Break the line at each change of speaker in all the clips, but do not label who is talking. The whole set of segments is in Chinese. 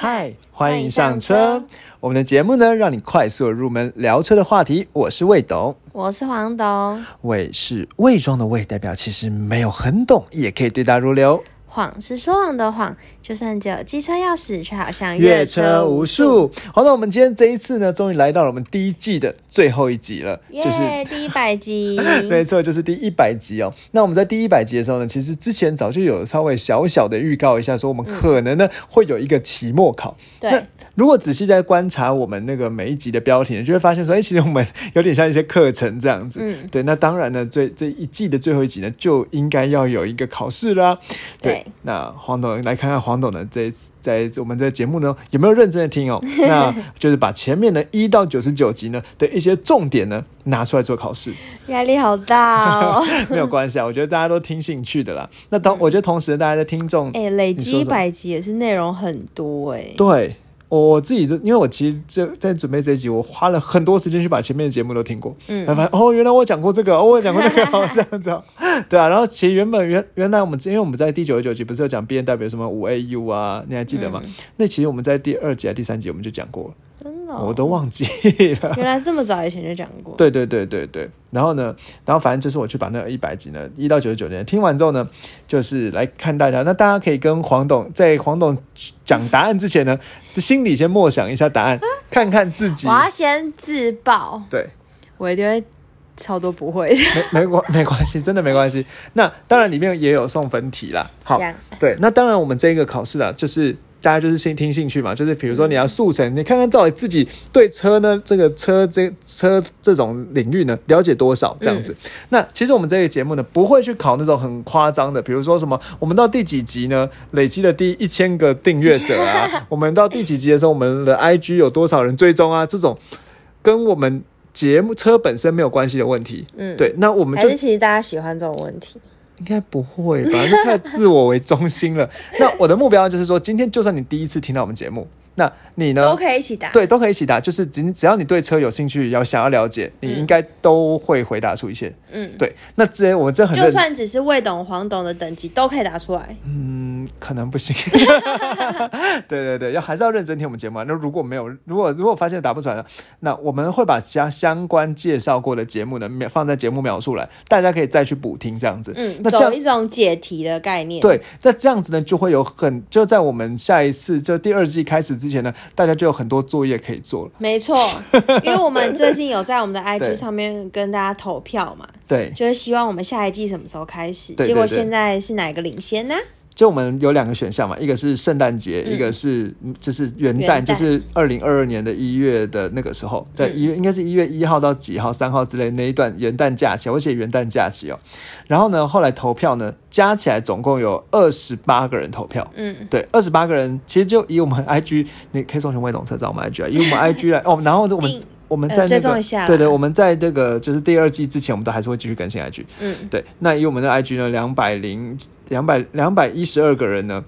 嗨，欢迎
迎
上
上
车
车。
我们的节目呢，让你快速地入门聊车的话题。我是魏董，
我是黄董，
魏是伪装的魏，代表其实没有很懂，也可以对答如流。
谎是说谎的谎，就算只有机车钥匙，却好像
阅车无。数。好，那我们今天这一次呢，终于来到了我们第一季的最后一集了，
耶、
就是。
第一百 集，
没错，就是第一百集哦。那我们在第一百集的时候呢，其实之前早就有稍微小小的预告一下，说我们可能呢、会有一个期末考。那
对，
如果仔细在观察我们那个每一集的标题呢，就会发现说，哎、其实我们有点像一些课程这样子。
嗯
对，那当然呢，最这一季的最后一集呢，就应该要有一个考试啦。
对
那黄董来看看黄董呢，这一次在我们的节目呢有没有认真的 听哦？那就是把前面的一到九十九集呢的一些重点呢拿出来做考试。
压力好大 哦。
没有关系啊，我觉得大家都听兴趣的啦。那当我觉得同时大家的听众，
哎、累
你说
积
什
一
么
百集也是内容很多哎、
对我自己就，因为我其实这在准备这一集，我花了很多时间去把前面的节目都听过，
嗯
然后发现哦，原来我讲过这个，哦，我讲过那个，哦，这样子、哦，对啊。然后其实原本原原来我们因为我们在第九十九集不是有讲 B N W 什么五 A U 啊，你还记得吗？那其实我们在第二集啊、第三集我们就讲过了，
真的、哦
我都忘记了。
原来这么早以前就讲过。
对对对对对，然后呢，然后反正就是我去把那一百集呢，一到九十九年听完之后呢，就是来看大家。那大家可以跟黄董在黄董讲答案之前呢，心里先默想一下答案，看看自己
我。要先自爆，
对，
我一定会超多不会的。
没没关没关系，真的没关系。那当然里面也有送分题啦。好
这，样，
对，那当然我们这个考试啊，就是。大家就是先听兴趣嘛，就是比如说你要速成，你看看到底自己对车呢，这个车这车这种领域呢了解多少这样子。
嗯
那其实我们这个节目呢，不会去考那种很夸张的，比如说什么，我们到第几集呢，累积了第一千个订阅者 啊，我们到第几集的时候，我们的 IG 有多少人追踪啊，这种跟我们节目车本身没有关系的问题。
嗯，，
对，那我们
还
就是
其实大家喜欢这种问题。
应该不会吧？这太自我为中心 了。那我的目标就是说，今天就算你第一次听到我们节目，那你呢？
都可以一起打，
对，都可以一起答。就是只只要你对车有兴趣，要想要了解，你应该都会回答出一些。
嗯，
对，那之前我们这很
就
认，
算只是未懂黄懂的等级，都可以打出来。
嗯，可能不 行。对对对，要还是要认真听我们节目啊。那如果没有，如果如果发现答不出来呢，那我们会把相相关介绍过的节目呢，放在节目描述栏，大家可以再去补听这样子。
嗯，
那这样
走一种解题的概念。，
对，那这样子呢，就会有很就在我们下一次就第二季开始之前呢，大家就有很多作业可以做了。
没 错，因为我们最近有在我们的
对
IG 上面跟大家投票嘛，
对，
就是希望我们下一季什么时候开始。
对对
结果
对
现在是哪一个领先呢？
就我们有两个选项嘛，一个是圣诞节，
嗯
一个是嗯就是元旦，
元旦嗯
就是二零二二年的一月的那个时候，在一月、应该是一月一号到几号、三号之类那一段元旦假期，我写元旦假期哦。然后呢，后来投票呢，加起来总共有二十八个人投票。
嗯，
对，二十八个人，其实就以我们 IG，你可以搜寻魏董车找我们 IG 啊，以我们 IG 来哦，然后我们
定
我们在
呃
那
追
个、
踪一下啦
对对，我们在这个就是第二季之前，我们都还是会继续更新 IG。
嗯，
对，那以我们的 IG 呢，两百零两百两百一十二个人呢，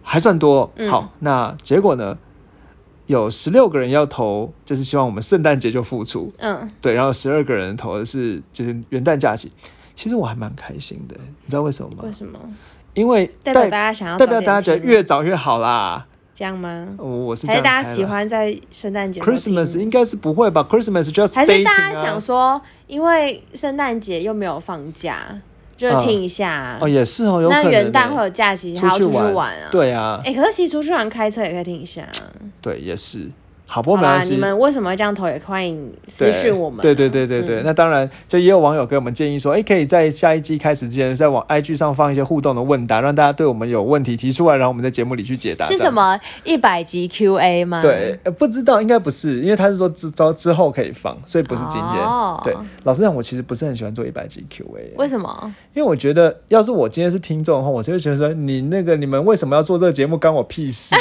还算多。
嗯
好，那结果呢，有十六个人要投，就是希望我们圣诞节就付出，
嗯，
对，然后十二个人投的是就是元旦假期。其实我还蛮开心的，你知道为什么吗
为？什么？
因为
代表
代
大家想要
代表大家
早
觉
点
得
听吗
越早越好啦。
这样吗？
我我是这
还是
样
大家
猜啦
喜欢在圣诞节的时候听
Christmas 应该是不会吧？Christmas just
还是大
dating
家
啊
想说，因为圣诞节又没有放假，就
嗯
听一下。啊
哦，也是哦，有可
那
能欸、
元旦会有假期，还要
去
出去
玩
玩啊。。
对啊，
哎、可是其实出去玩开车也可以听一下。啊
对，也是。好，不过
好
没
啦，
关
你
系。
们为什么会这样投？也欢迎私
对
讯我们啊。
对对对对对，那当然，就也有网友给我们建议说，哎，可以在下一季开始之前，在往 IG 上放一些互动的问答，让大家对我们有问题提出来，然后我们在节目里去解答。
是
啊这样
什？么一百集 Q&A 吗？
对，呃不知道，应该不是，因为他是说之之之后可以放，所以不是今天。
哦
对，老实讲，我其实不是很喜欢做一百集 Q&A，
为什么？
因为我觉得，要是我今天是听众的话，我就会觉得说，你那个你们为什么要做这个节目，干我屁事 啊！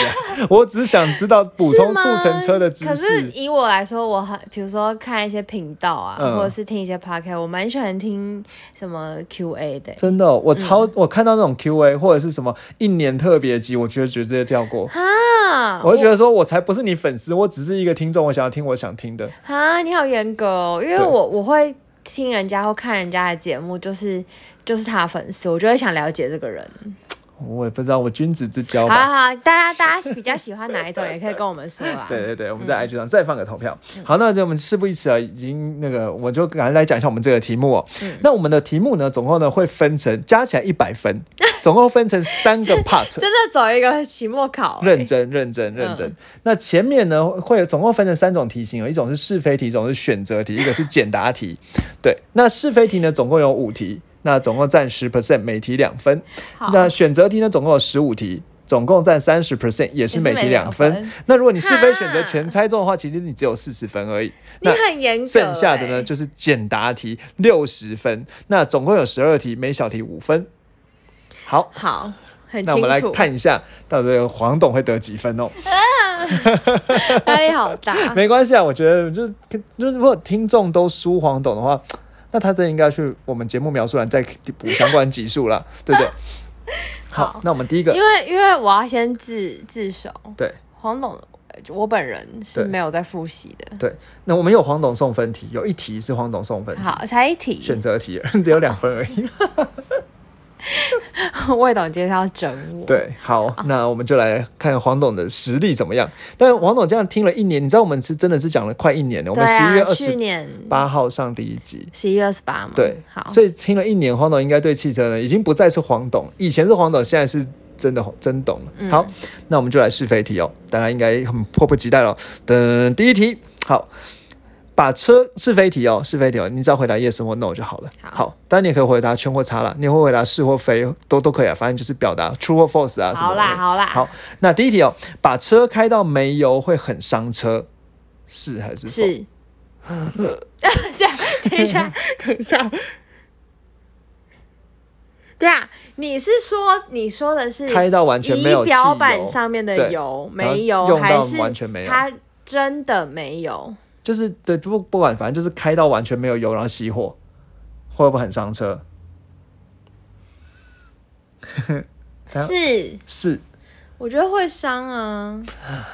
我只是想知道补充
是
速
吗
成车的知
可是
识。
以我来说，我很比如说看一些频道啊，
嗯
或者是听一些 podcast，我蛮喜欢听什么 Q&A 的。
真的哦、我超、我看到那种 Q&A 或者是什么一年特别集，我觉得直接跳
啊
过。
哈，
我就觉得说，我才不是你粉丝，我只是一个听众，我想要听我想听的。
啊，你好严格哦，因为
对
我我会听人家或看人家的节目，就是就是他的粉丝，我就会想了解这个人。
我也不知道，我君子之交
好
吧。
好，大家大家比较喜欢哪一种，也可以跟我们说啊啦。
对对对，我们在 IG 上再放个投票。好，那这我们事不宜迟啊，已经那个，我就赶快来讲一下我们这个题目哦。那我们的题目呢，总共呢会分成加起来一百分，总共分成三个 part。
真的走一个期末考、啊
认真，认真，认
嗯
真。那前面呢会总共分成三种题型哦，一种是是非题，一种是选择题，一个是简答题。 对，那是非题呢总共有五题，那总共占十 percent，每题两分。
好
那选择题呢，总共有十五题，总共占三十 percent，也是每题两
也是每
分
题两。
那如果你是非选择
哈
全猜中的话，其实你只有四十分而已。
你
那
很严格、
剩下的呢
欸
就是简答题六十分，那总共有十二题，每小题五分。好，
好，很
那我
清
们来
楚，
看一下，到底黄董会得几分哦？
压力好 大。
没关系啊，我觉得就是就是如果听众都输黄董的话。那他真的应该去我们节目描述栏再补相关级数啦， 对 不对？好
好，
那我们第一个
因为因为我要先自自首，
对，
黄董，呃我本人是
对
没有在复习的。
对，那我们有黄董送分题，有一题是黄董送分题，
好，才一题，
选择题 只有两分而已。
魏董今天要整我。，
对，好，那我们就来看黄董的实力怎么样。但黄董这样听了一年，你知道我们是真的是讲了快一年了，我们十一月
啊，
二
去
十
年
八号上第一集。
十一月二十八嘛。
对，
好，
所以听了一年，黄董应该对汽车呢已经不再是黄董，以前是黄董，现在是真的真董了。
嗯
好，那我们就来是非题哦，大家应该很迫不及待了哦。等第一题，好，把车是非题哦，是非题哦，你只要回答 yes 或 no 就好了。
好
当然你也可以回答圈或叉啦，你也会回答是或非都都可以啊，反正就是表达 true 或 false 啊什么
好
的。
啦，好啦，
好，那第一题哦，把车开到没油会很伤车，是还是否？
是。 等一 下，等一下，等一下。对啊，你是说你说的是
开到完全没有
仪
汽油
表板上面的
对
油
然后
没油，
用
还
到
是
完全没有
它真的没有？
就是对不不管，反正就是开到完全没有油，然后熄火，会不会很伤车？它
是，
是，
我觉得会伤啊。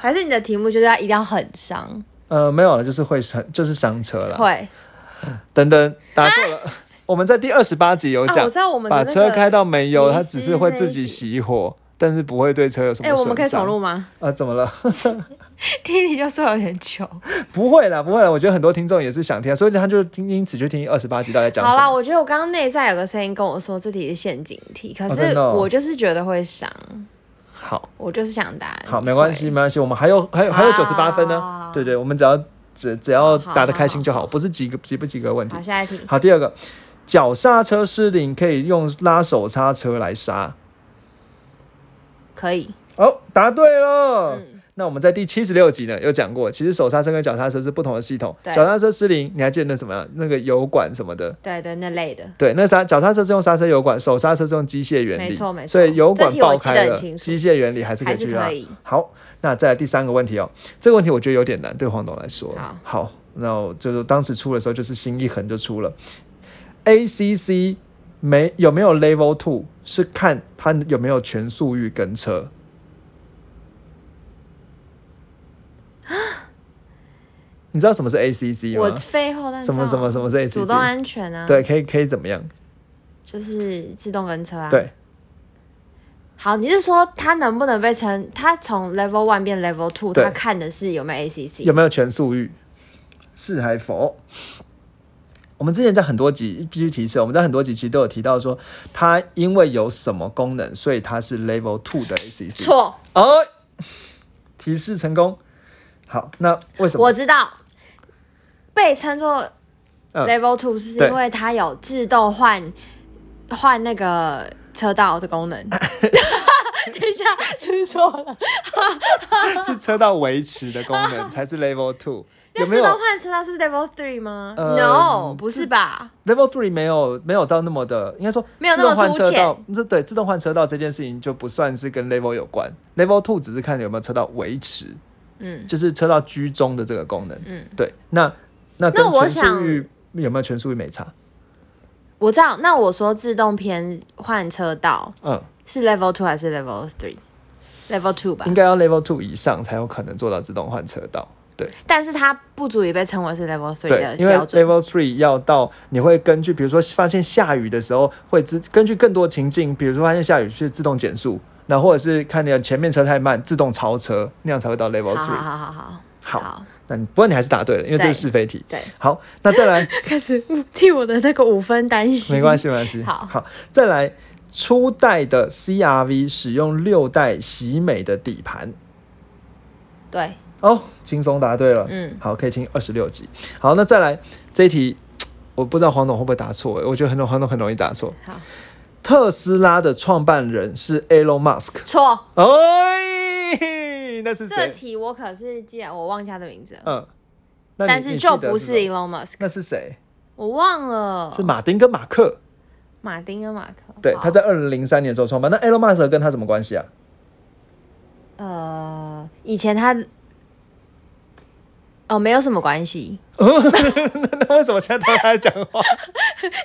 还是你的题目就是要一定要很伤？
呃，没有了，就是会伤，就是伤车了。
会，
等等，答错了。我们在第二十八集有
啊
讲，
我知道我们的
把
那
车
个
开到没油，
迷
它
失
只是会
那
自
一
己
集
熄火，但是不会对车有什么
哎、
损伤。
我们可以重录 吗？
啊？怎么了？
第一题就说有点久。
不会啦，不会啦。我觉得很多听众也是想听，所以他就听因此就听二十八集到底在讲
好
什
啦，
么。
我觉得我刚刚内在有个声音跟我说这题是陷阱题，可
真
是
的哦
我就是觉得会伤。
好，
我就是想答。
好，没关系，。没关系，我们还有还有还有九十八分呢
啊。
对对，我们只要只只要
好
答得开心就
好
好，不是及格及不及格问题
好，。下一题。
好，第二个，脚刹车失灵可以用拉手刹车来刹。
可以。
哦，答对了。
嗯
那我们在第七十六集呢有讲过，其实手刹车跟脚刹车是不同的系统。
对
脚刹车失灵，你还记得那什么那个油管什么的？
对对，那类的。
对，那刹脚刹车是用刹车油管，手刹车是用机械原理。
没错没错
所以油管
这题我
爆
记得
开
很
了，
清楚
机械原理还是可以
还是
去拉
可以。
好，那再来第三个问题哦，这个问题我觉得有点难，对黄董来说。
好，
那我就是当时出的时候就是心一横就出了。ACC 没有没有 Level Two 是看它有没有全速域跟车。你知道什么是 ACC
啊我
吗？
废后但
啊
哦
什么什么什么是 ACC
主动安全啊？
对，，可以可以怎么样？
就是自动跟车啊。。
对，
好，你是说它能不能被称？它从 level one 变 level two，
对
它看的是有没有 ACC？
有没有全速域？是还否？我们之前在很多集必须提示，我们在很多集其实都有提到说，它因为有什么功能，所以它是 Level Two 的 ACC。
错，
哦，提示成功。好，那为什么？
我知道。被称作
嗯
level two 是
对
因为它有自动换换那个车道的功 能。等一下，吃错了。
是车道维持的功能才是 Level Two。有
那
没
自
有
动换车道是 level three 吗、
呃
n o 不是吧？
Level Three 没有没有到那么的，应该说
没有
自
那么
动换
粗
车
浅
道，这对自动换车道这件事情就不算是跟 Level 有关，Level Two 只是看有没有车道维持。
嗯，
就是车道居中的这个功能。
嗯，
对。那那跟
那我
全速
想
域有没有全速域没差？
我知道。那我说自动偏换车道
嗯，
是 level two 还是 level three？level two 吧
应。该要 Level Two 以上才有可能做到自动换车道。对，
但是它不足以被称为是 Level Three
对
的，
因为
标准。
Level Three 要到你会根据，比如说发现下雨的时候，会自根据更多情境，比如说发现下雨是自动减速，那或者是看你的前面车太慢，自动超车，那样才会到 Level
好好
Three。
好好好，
好，那你不过你还是答对了，因为这
对
是是非题。
对，
好，那再来，
开始替我的那个五分担心。
没关系，没关系。
好
再来，初代的 CRV 使用六代喜美的底盘。
对，
哦，轻松答对了。
嗯
好，可以听二十六集。好，那再来这一题，我不知道黄董会不会答错，我觉得很多黄董很容易答错。
好，
特斯拉的创办人是 Elon Musk。
错。
哎，那是
这
谁？
题我可是记得，我忘记他的名字了，
嗯，那你
但
你
是
记
就
得
不是
什么
Elon Musk，
那是谁？
我忘了，
是马丁跟马克。
马丁跟马克。
对，
好
他在二零零三年的时候创办。那 Elon Musk 跟他什么关系啊？
呃，以前他哦没有什么 关系，
那为什么现在都在讲 话？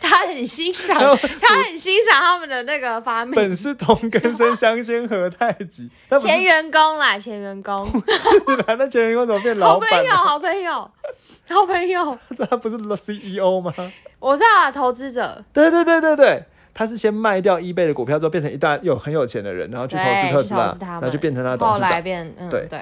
他很欣赏， 他很欣赏他们的那个发明
本。是同根生，相煎何太急？那不是
前员工啦，前员 工，
吧？ 那前员工怎么变
好
老
朋
板啊
友，
了？
好朋友，好朋友，
他不是 CEO 吗？
我知道啊，投资者，
对对对对对，他是先卖掉 eBay 的股票之后，变成一大有很有钱的人，然后去投资
对，
特斯
去
拉
投，资他
然后
们
就变成他的董事
后来
长。
变，嗯，
对
对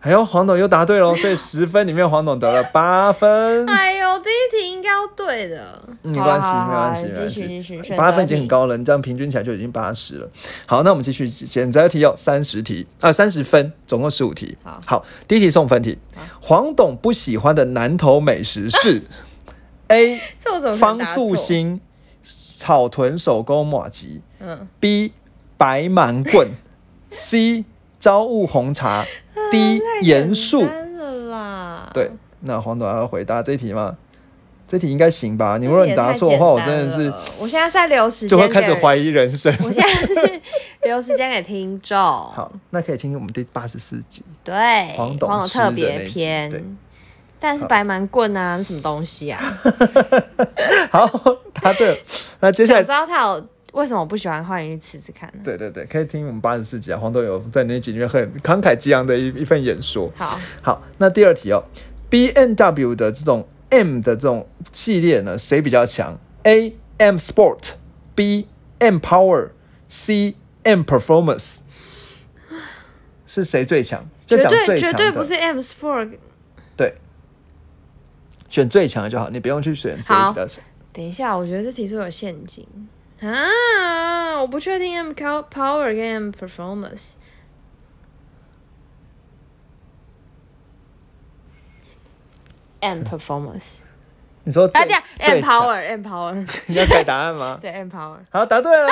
哎呦，黄董又答对喽，所以十分里面黄董得了八分，
哎呦，第一题应该要对的，
嗯没关系
好
没关
啦
系没
好
关
啦继续继续，
系，
选
八
择
分已经很
题。
高了，你这样平均起来就已经八十了。好，那我们继续选择题有哦三十题啊，三、十分，总共十五题。
好
第一题送分题，黄董不喜欢的南投美食 是 A
这我怎么可能
方
答
素
错？
心草屯手工马吉。
嗯，
B 白蛮棍，C 朝雾红茶，D 盐
啊太
树
简。单了啦，
对，那黄董要回答这题吗？这题应该行吧？你
这
如果
也
你答
太
错的
简
话，我
单
真的是
了，我现在在留时间，
就会开始。怀疑人生。
我现在是留时间给听众。
好，那可以听我们第八十四集。
对，
黄董吃的
特
那
别
一集对
篇，但是白蛮棍啊，那什么东西啊？
好，答对了。那接下
想知
来，
道他有为什么我不喜欢换鱼吃吃看呢？
对对对，可以听我们八十四集啊。黄董有在那集里面很慷慨激昂的一一份演说。
好，
好，那第二题哦，B N W 的这种 M 的这种系列呢，谁比较强？A M Sport，B M Power，C M Performance，是谁最强？就
绝
讲
对
最强
绝
的，
对不是 M Sport。
对选最强的就好，你不用去选谁比较强。
等一下，我觉得这题是有陷阱啊！我不确定 M Cow- Power 跟 M Performance。M performance，
你说
啊
最
对啊
最
，M
强
power，M power，
你要改答案吗？
对 M power，
好，答对了。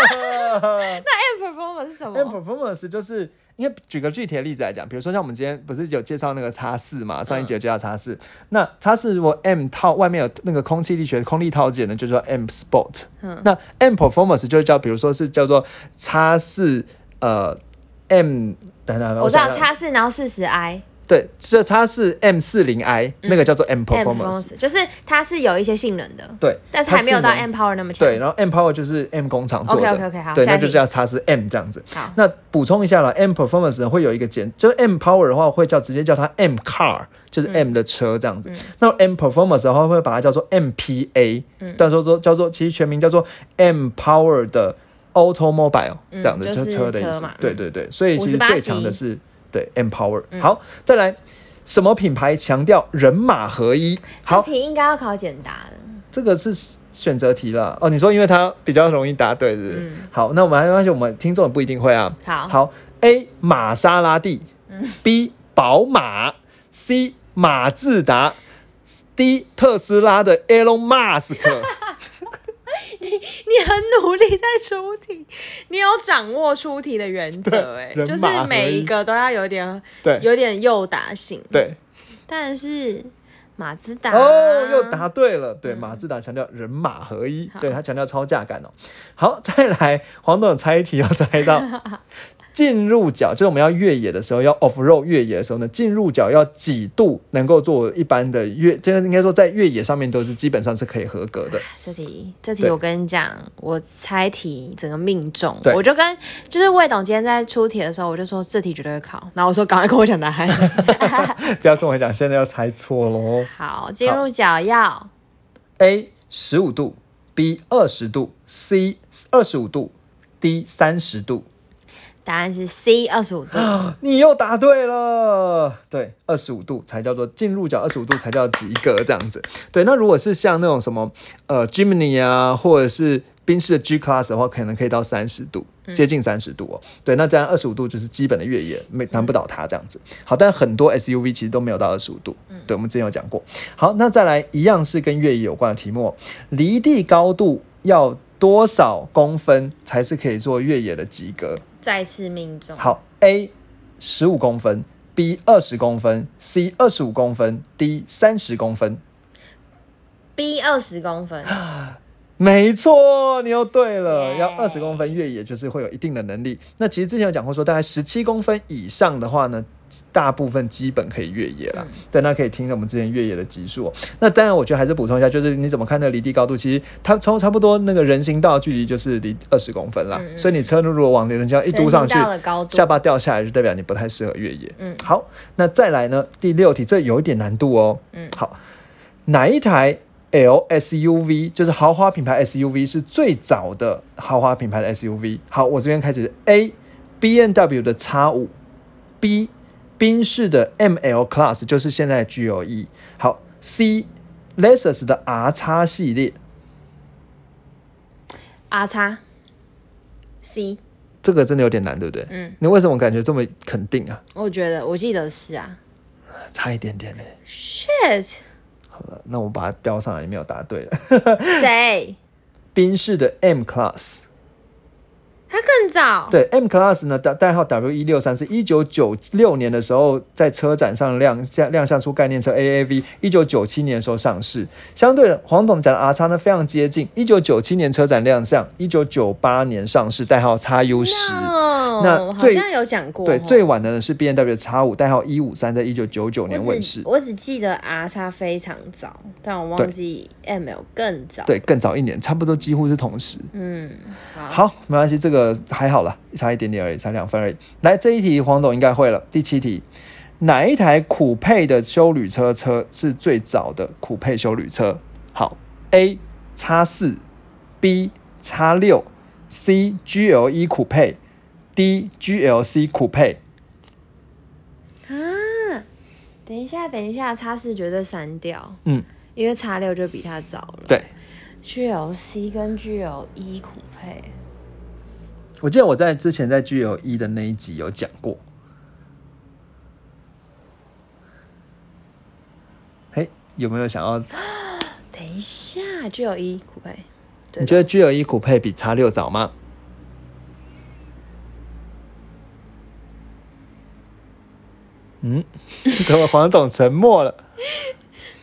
那 M performance 是什么？
M performance 就是，因为举个具体的例子来讲，比如说像我们今天不是有介绍那个叉四嘛，上一
嗯
集有介绍叉四、那叉四我 M 套外面有那个空气力学空力套件呢，就叫 M sport。
嗯
那 M performance 就是叫，比如说是叫做叉四呃 M 等等，
我知道
想想
叉四，然后四十 i
对，这叉四 M 四零 I 那个叫做 M
嗯 M
performance。
performance 就是它是有一些性能的，
对，
但是还没有到
它是
M power 那么强。
对，然后 M Power 就是 M 工厂做的
OK，OK，OK，好
对，
下
那
一
就
题
叫叉是 M 这样子。
好
那补充一下啦 m Performance 呢会有一个简，就是 M Power 的话会叫直接叫它 M Car，就是
嗯
M 的车这样子。那 M Performance 的话会把它叫做 MPA，到时
嗯
候说叫做其实全名叫做 M Power 的 Automobile 这样子，
嗯
就
就是
车的意
车
思
嘛。
对对对，所以其实
58
最强的
集
是对 M Power。好，
嗯
再来。什么品牌强调人马合一？好
这，题应该要考简答的。
这个是选择题了哦。你说因为它比较容易答对，是不是？
嗯
好，那我们还发现我们听众也不一定会啊。
好嗯
，A 玛莎拉蒂、b 宝马，C 马自达，D 特斯拉的 Elon Musk。
你很努力在出题，你有掌握出题的原则，哎，
对
就
人
是
马合一
每一个都要有点
对
有点诱导性。
对，
但是马自达啊
哦，又答对了。对，马自达强调人马合 一，对他强调超价感哦。好，再来，黄董有猜一题要猜到进入角就是我们要越野的时候，要 off road 越野的时候呢，进入角要几度能够做一般的越，这个应该说在越野上面都是基本上是可以合格的。
这题，这题
对
我跟你讲，我猜题整个命中
对，
我就跟就是魏董今天在出题的时候，我就说这题绝对会考，然后我说赶快跟我讲答 案。
不要跟我讲现在要猜错喽。
好，进入脚要
A 十五度，B 二十度，C 二十五度，D 三十度。
答案是 C 二十五度，
你又答对了，对，二十五度才叫做进入角，二十五度才叫及格这样子。对，那如果是像那种什么呃 Gemini 啊，或者是宾士的 G Class 的话，可能可以到三十度，接近三十度哦。对，那这样二十五度就是基本的越野，没难不倒它这样子。好，但很多 SUV 其实都没有到二十五度。对，我们之前有讲过。好，那再来一样是跟越野有关的题目哦、离地高度要多少公分才是可以做越野的及格？
再次命中。
好，A 十五公分，B 二十公分，C 二十五公分，D 三十公分。
，B 二十公分，
没错，你又对了。
耶
要二十公分越野，就是会有一定的能力。那其实之前有讲过说，大概十七公分以上的话呢，大部分基本可以越野了。对，那可以听我们之前越野的集数哦、那当然，我觉得还是补充一下，就是你怎么看那个离地高度？其实它从差不多那个人行道的距离就是离二十公分啦。
嗯嗯
所以你车如果往人行道一
一
嘟上去，
到了高度
下，巴掉下来就代表你不太适合越野。
嗯
好，那再来呢？第六题，这有一点难度哦。
嗯
好，哪一台 L SUV 就是豪华品牌 SUV 是最早的豪华品牌的 SUV？好，我这边开始 A B N W 的 X 五，B 宾士的 M L Class 就是现在的 G L E，好 C Lexus 的 R x 系列，
R 啊叉 C，
这个真的有点难，对不对？
嗯，
你为什么感觉这么肯定啊？
我觉得我记得是啊
差一点点呢。
，shit，
好了，那我把它标上来，你没有答对了。
谁？
宾士的 M Class，
他更早，
对 M Class 呢，代代号 W 一六三，是一九九六年的时候在车展上亮相亮相出概念车 AAV，一九九七年的时候上市。相对的，黄董讲的 R 叉呢非常接近，一九九七年车展亮相，一九九八年上市，代号 XU 十。
No，
那
好
最
像有讲过，
对，
吼
最晚的呢是 B N W X 五，代号一五三，在一九九九年
我
问世
只。我只记得 R 叉非常早，但我
对
忘记 ML 更早。，
对，更早一年，差不多几乎是同时。
嗯，好，
好，没关系，这个还好啦，差一点点而已，差两分而已。来，这一题黄董应该会了。第七题，哪一台酷配的修旅车车是最早的酷配修旅车？好，A 叉四，B 叉六，C G L E 酷配，D G L C 酷配。
等一下，等一下，叉四绝对删掉，
嗯，
因为叉六就比它早了。
对，
，G L C 跟 G L E 酷配，
我记得我在之前在 G L E 的那一集有讲过。嘿，有没有想要
等一下，G L E 酷配，对
你觉得 G L E 酷配比 X 六早吗？嗯， 怎么黄董沉默 了？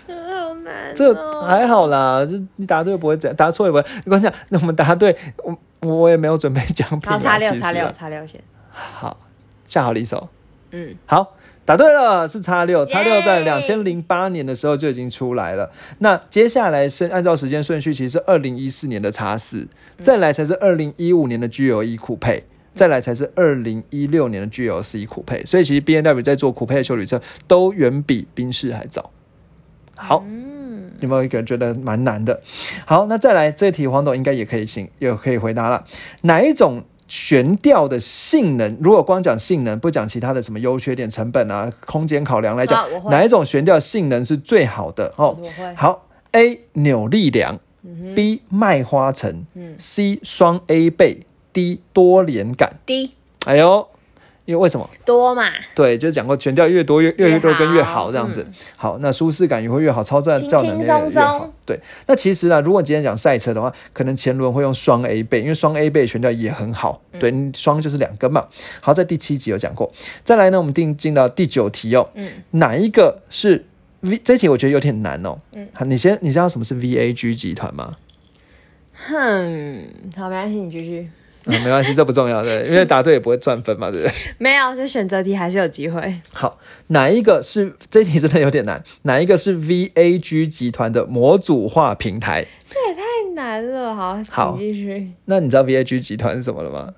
好难、哦，
这还好啦，这你答对不会怎样，答错也不会。我跟你讲，那我们答对，我我也没有准备奖品啊。
好，叉六，
其实啊
叉六，，叉六先，
好，下好离手。
嗯，
好，答对了，是叉六，
耶
叉六在两千零八年的时候就已经出来了。那接下来是按照时间顺序，其实是二零一四年的叉四，再来才是二零一五年的 G L E 酷配。再来才是二零一六年的 G L C 酷配，所以其实 B N W 在做酷配的修理车都远比宾士还早。好，
嗯，
有没有一个人觉得蛮难的？好，那再来这题，黄董应该也可以行，也可以回答了。哪一种悬吊的性能？如果光讲性能，不讲其他的什么优缺点、成本啊、空间考量来讲，
啊我会
哪一种悬吊性能是最好的？哦，
我会
好，A 扭力梁、b 麦花臣、
嗯
c 双 A 背，D 多连杆。
D
哎呦，因为为什么？
多嘛，
对，就是讲过悬吊越多越越
越
多跟越
好
好这样子。
嗯
好，那舒适感也会越好，操作
轻
较能
轻
力也越
松
好
松。
对，那其实啊，如果今天讲赛车的话，可能前轮会用双 A 背，因为双 A 背悬吊也很好。
嗯
对，你双就是两根嘛。好，在第七集有讲过。再来呢，我们定进到第九题哦。
嗯，
哪一个是 V？这题我觉得有点难哦。
嗯，
好，你先，你 知道什么是 VAG 集团吗？
哼，好，没关系，你继续，
嗯，没关系，这不重要，对，因为答对也不会赚分嘛，对不对？
没有，这选择题还是有机会。
好，哪一个是这一题真的有点难？ 哪一个是 VAG 集团的模组化平台？
这也太难了，好，
好
请继续。
那你知道 VAG 集团是什么了吗？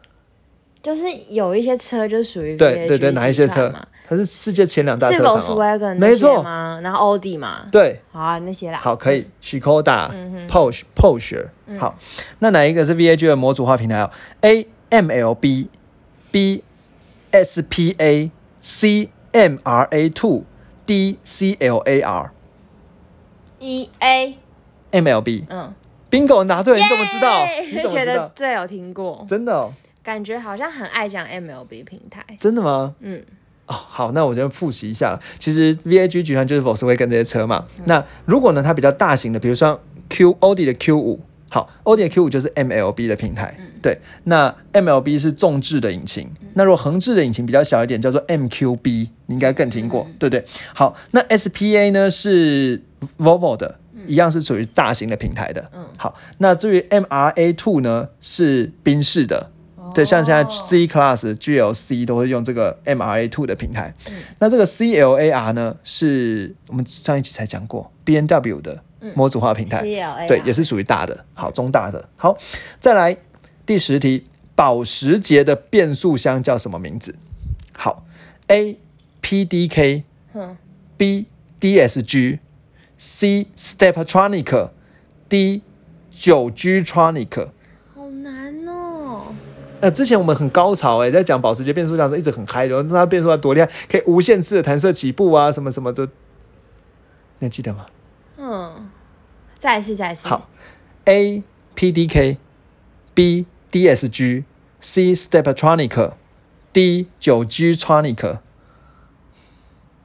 就是有一些车就属于
对对对，
VAG
哪一些
集团
车
嘛？
它是世界前两大
是
车厂哦。
Volkswagen 那
没
些
错
吗？然后 Audi 嘛，
对，
好啊，那些啦。
好，可以。Skoda、Porsche、Porsche，好，
嗯
那哪一个是 VAG 的模组化平台哦？A MLB、B SPA、C MRA Two、D CLAR。
E A，
MLB
嗯，
bingo 答对，哎你怎么知道？你
耶
怎么
觉
知
得
道？
最有听过，
真的、哦，
感觉好像很爱讲 MLB 平台。
真的吗？
嗯，
哦，好，那我就复习一下了。其实 VAG 集团就是 Volkswagen 这些车嘛。
嗯
那如果呢，它比较大型的，比如说 Q Audi 的 Q 五，好，Audi 的 Q 五就是 MLB 的平台。
嗯
对，那 MLB 是纵置的引擎。那如果横置的引擎比较小一点，叫做 MQB，你应该更听过，
嗯
对不对？好，那 SPA 呢是 Volvo 的，
嗯
一样是属于大型的平台的。嗯，好，那至于 MRA Two 呢是宾士的。对，像现在
哦
C Class、GLC 都会用这个 MRA Two 的平台。那这个 CLAR 呢，是我们上一期才讲过 B N W 的模组化平台，
CLA
哎对，也
是
是属于大的，好中大的。好，再来第十题，保时捷的变速箱叫什么名字？好，A P D K，
嗯
B D S G，C Steptronic，D 九 G Tronic。
好难哦。
呃，之前我们很高潮哎、在讲保时捷变速箱的时候一直很嗨的，那它变速箱多厉害，可以无限次的弹射起步啊，什么什么的，你还记得吗？
嗯，再一次，再一次。
好，A P D K B D S G C Steptronic D 九 G Tronic，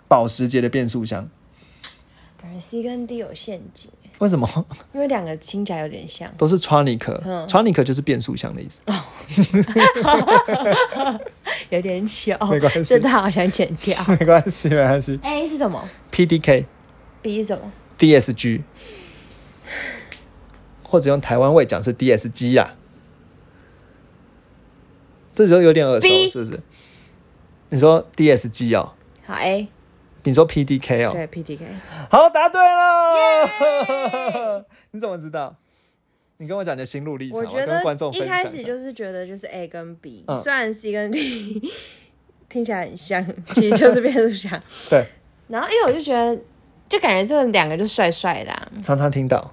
保时捷的变速箱，
感觉 C 跟 D 有陷阱，
为什么
因为两个听起来有点像。
都是 Tronic？Tronic、
嗯
Tronic 就是变速箱的意思。
有点巧，
没关系
这段好想剪 掉。
没关系，没关系。
A 是什么
P D K
？B 是什么？
D S G，或者用台湾味讲是 D S G 呀、这时候有点耳熟
B
是不是？你说 D S G 哦，
好 A，
你说 P D K 哦，
对 PDK。
好，答对了。 你怎么知道？你跟我讲你的心路历程，
我
我
觉
跟
得
观众
一
分享
开
下
始就是觉得就是 A 跟 B，、
嗯
虽然 C 跟 D 听起来很像，其实就是变速箱。
对，
然后因为我就觉得，就感觉这两个就帅帅的、啊，
常常听到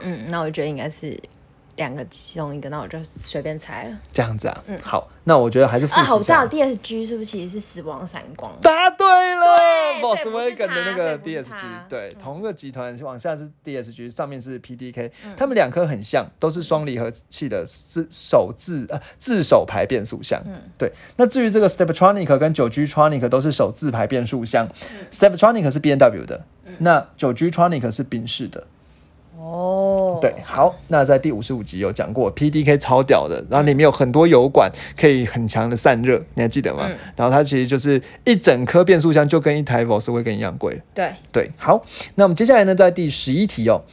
嗯，那我觉得应该是两个其中一个，那我就随便猜了。
这样子啊。好，那我觉得还是复习
嗯啊，我
一
知道
下。
DSG 是不是其实是死亡闪光？
答对了
对所以不是
，Volkswagen 的那
它
个
所以不是嗯
DSG，
它
对，同个集团往下是 DSG，上面是 PDK，他
嗯
们两颗很像，都是双离合器的自手自呃自手排变速箱。
嗯
对。那至于这个 Steptronic 跟九 G Tronic 都是手自排变速箱，Steptronic
嗯
是 B N W 的，那九 G Tronic 是宾士的。
哦，
对，好，那在第五十五集有讲过 PDK 超屌的，然后里面有很多油管可以很强的散热，你还记得吗？然后它其实就是一整颗变速箱就跟一台 Volkswagen 一样贵。
对，
对，好，那我们接下来呢，在第十一题哦，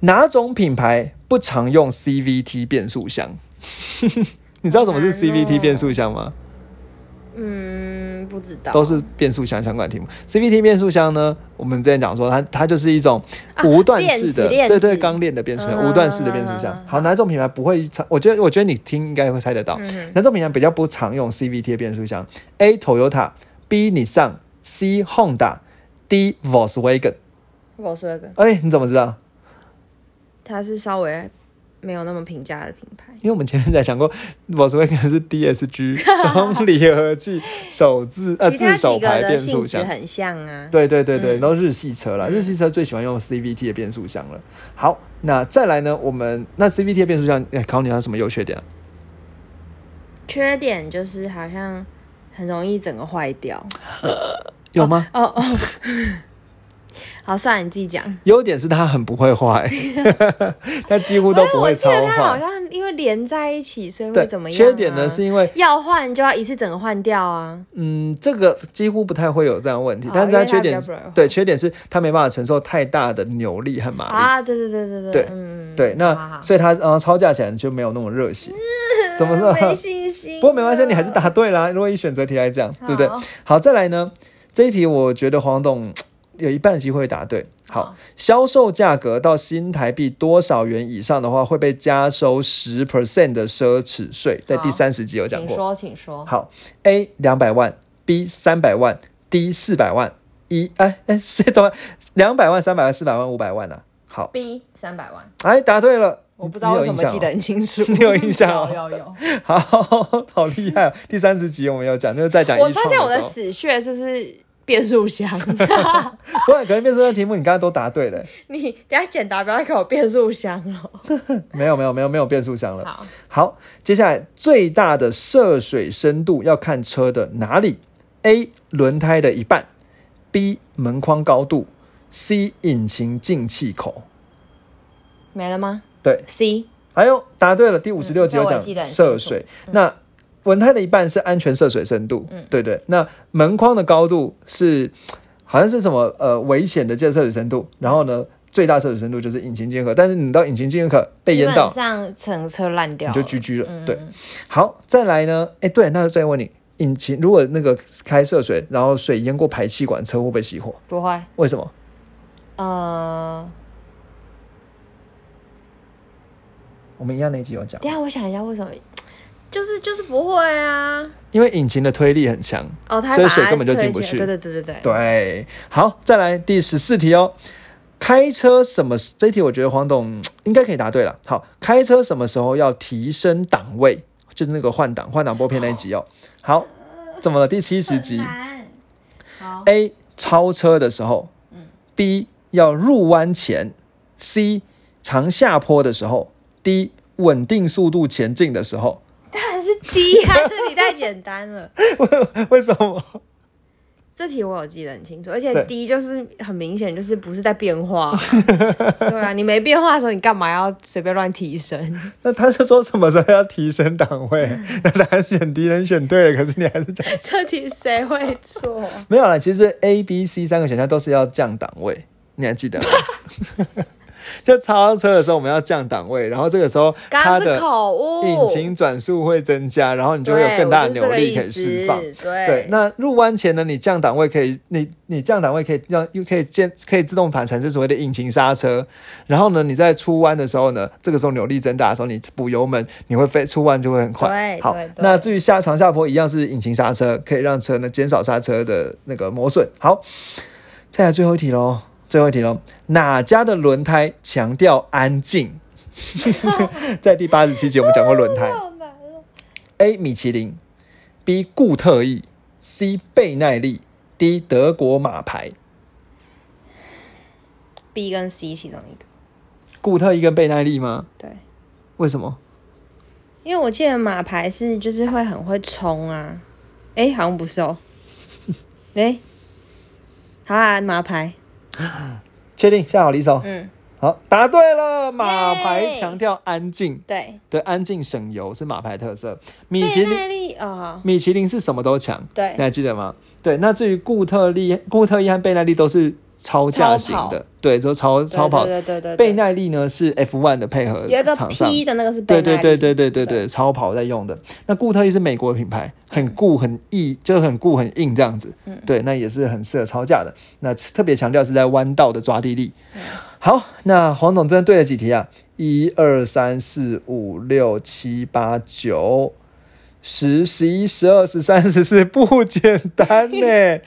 哪种品牌不常用 CVT 变速箱？ 你知道什么是
好难哦
CVT 变速箱吗？
嗯，不知道，
都是变速箱相关的题目。CVT 变速箱呢，我们之前讲说它它就是一种无段式的，
啊链子链
对
子嗯
对，钢链的变速箱，无段式的变速箱。好，哪种品牌不会常？我觉得我觉得你听应该会猜得到，
嗯
哪种品牌比较不常用 CVT 的变速箱？A Toyota，B Nissan，C Honda，D Volkswagen。
我说一个，
哎、你怎么知道？
它是稍微没有那么平价的品牌。
因为我们前面在讲过，Volkswagen 是 DSG 双离合器手自呃
其
自
他
手
几
排
个
变
的
速
性质
箱。
很像啊。
对对对对，都日系车
嗯
啦，日系车最喜欢用 CVT 的变速箱了。好，那再来呢？我们那 CVT 的变速箱，哎，考你它有什么优缺点啊？
缺点就是好像很容易整个坏掉。
有吗？
哦哦，好，算了，你自己讲。
优点是它很不会 坏，它几乎都不会
我记
超
得它好
坏。
像因为连在一起，所以会
对
怎么，样、啊
缺点呢是因为
要换就要一次整个换掉啊。
嗯，这个几乎不太会有这样的问题
哦，
但是它
因为它
缺点
比较不会坏
对缺点是它没办法承受太大的扭力和马力。
啊，对对对对
对
啊嗯，
对，
好好
那
好
所以它呃超价起来就没有那种热血。怎么了
没信心。
不过没关系，你还是答对啦。如果以选择题来讲，对不对
好？
好，再来呢，这一题我觉得黄董有一半的机会答对。好
好，
销售价格到新台币多少元以上的话，会被加收十 percent 的奢侈税，在第
好
三十集有讲
请
过。
说，请说。
好，A 两百万，B 三百万，D 四百万，一哎哎，谁懂？两百万、三百万、四百万、五百万啊？好，
B 三百万，
哎，答对了。
我不知
你
道
有
为什
印
么
象
记
哦
得很清楚。
你有印象哦
有有有。
好，好厉害、哦！第三十集我们有讲，就是在讲
我
一
发
创
现我
的
的
时候，
死穴就是变速箱。
不然可能变成这题目，你刚刚都答对了。
你等一下简答，不要再给我变速箱了。
没有没有没有没有变速箱了。
好，
好，接下来最大的涉水深度要看车的哪里？A. 轮胎的一半，B. 门框高度，C. 引擎进气口。
没了吗
对，
？C
哎呦，答对了。第五十六集有
嗯这我也记得
讲
很
涉水，那轮胎的一半是安全涉水深度，
嗯
对对。那门框的高度是好像是什么呃危险的建涉水深度，然后呢最大涉水深度就是引擎进口，但是你到引擎进口被
基
淹
本
到，
上整车烂掉
你
了，
就 GG 了。
嗯
对，好，再来呢？哎，对，那再问你，引擎如果那个开涉水，然后水淹过排气管，车会不会熄火？
不会。
为什么？
呃，
我们一样那一集有讲，
等一下我想一下为什么，就是就是不会啊。
因为引擎的推力很强，
哦，它
所以
把
水
它
根本就
推
进不
起来
去
对对对对对。
对，好，再来第十四题哦。开车什么？这一题我觉得黄董应该可以答对了。好，开车什么时候要提升档位？就是那个换挡、换挡拨片那一集哦。好，怎么了？第七十集
难。好，
A 超车的时候，B 要入弯前，C 长下坡的时候，D 稳定速度前进的时候。
当然是 D 啊， 这题太简单了。
为什么？
这题我有记得很清楚，而且
对
D 就是很明显，就是不是在变化。对啊，你没变化的时候，你干嘛要随便乱提升？
那他是说什么时候要提升档位？那答案选 D，人选对了，可是你还是 讲。
这题谁会错？
没有啦，其实 A、B、C 三个选项都是要降档位，你还 记得吗？就超车的时候，我们要降档位，然后这个时候
刚
它
刚是
的
口误，
引擎转速会增加，然后你就会有
对
更大的
我就
扭
是这个
力
意
可以释放。
思
对
对，，
那入弯前呢，你降档位可以，你你降档位可以让又可以建可以自动盘产生所谓的引擎刹车，然后呢，你在出弯的时候呢，这个时候扭力增大的时候，你补油门，你会飞出弯就会很快。
对
好
对，对
那至于下长下坡一样是引擎刹车，可以让车呢减少刹车的那个磨损。好，再来最后一题喽，最后一题喽，哪家的轮胎强调安静？ 在第八十七集我们讲过轮胎。
好难哦。
A 米其林，B 固特异，C 贝耐力，D 德国马牌。
B 跟 C 其中一个，
固特异跟贝耐力吗？
对，
为什么？
因为我记得马牌是就是会很会冲啊，哎、好像不是哦，哎、好啦，马牌，
确定下好离手。
嗯，
好，答对了。马牌
Yay
强调安静，
对，
对，安静省油是马牌特色。米
贝
其林
耐力哦，
米其林是什么都强，
对
你还记得吗？对，那至于固特异、固特异和贝耐力都是超价型
超
的
跑，
对，就超
对
超跑。
对对对对，
贝
对
耐力呢是 F1 的配合
有一个
厂商，
P 的那个是贝
呃对
耐
对
力
对对对对对，超跑在用的。那固特异是美国品牌，很固很硬，就是很固很硬这样子。对，那也是很适合超价的。那特别强调是在弯道的抓地力。好，那黄总真的对了几题啊？一二三四五六七八九十十一十二十三十四， 不简单呢、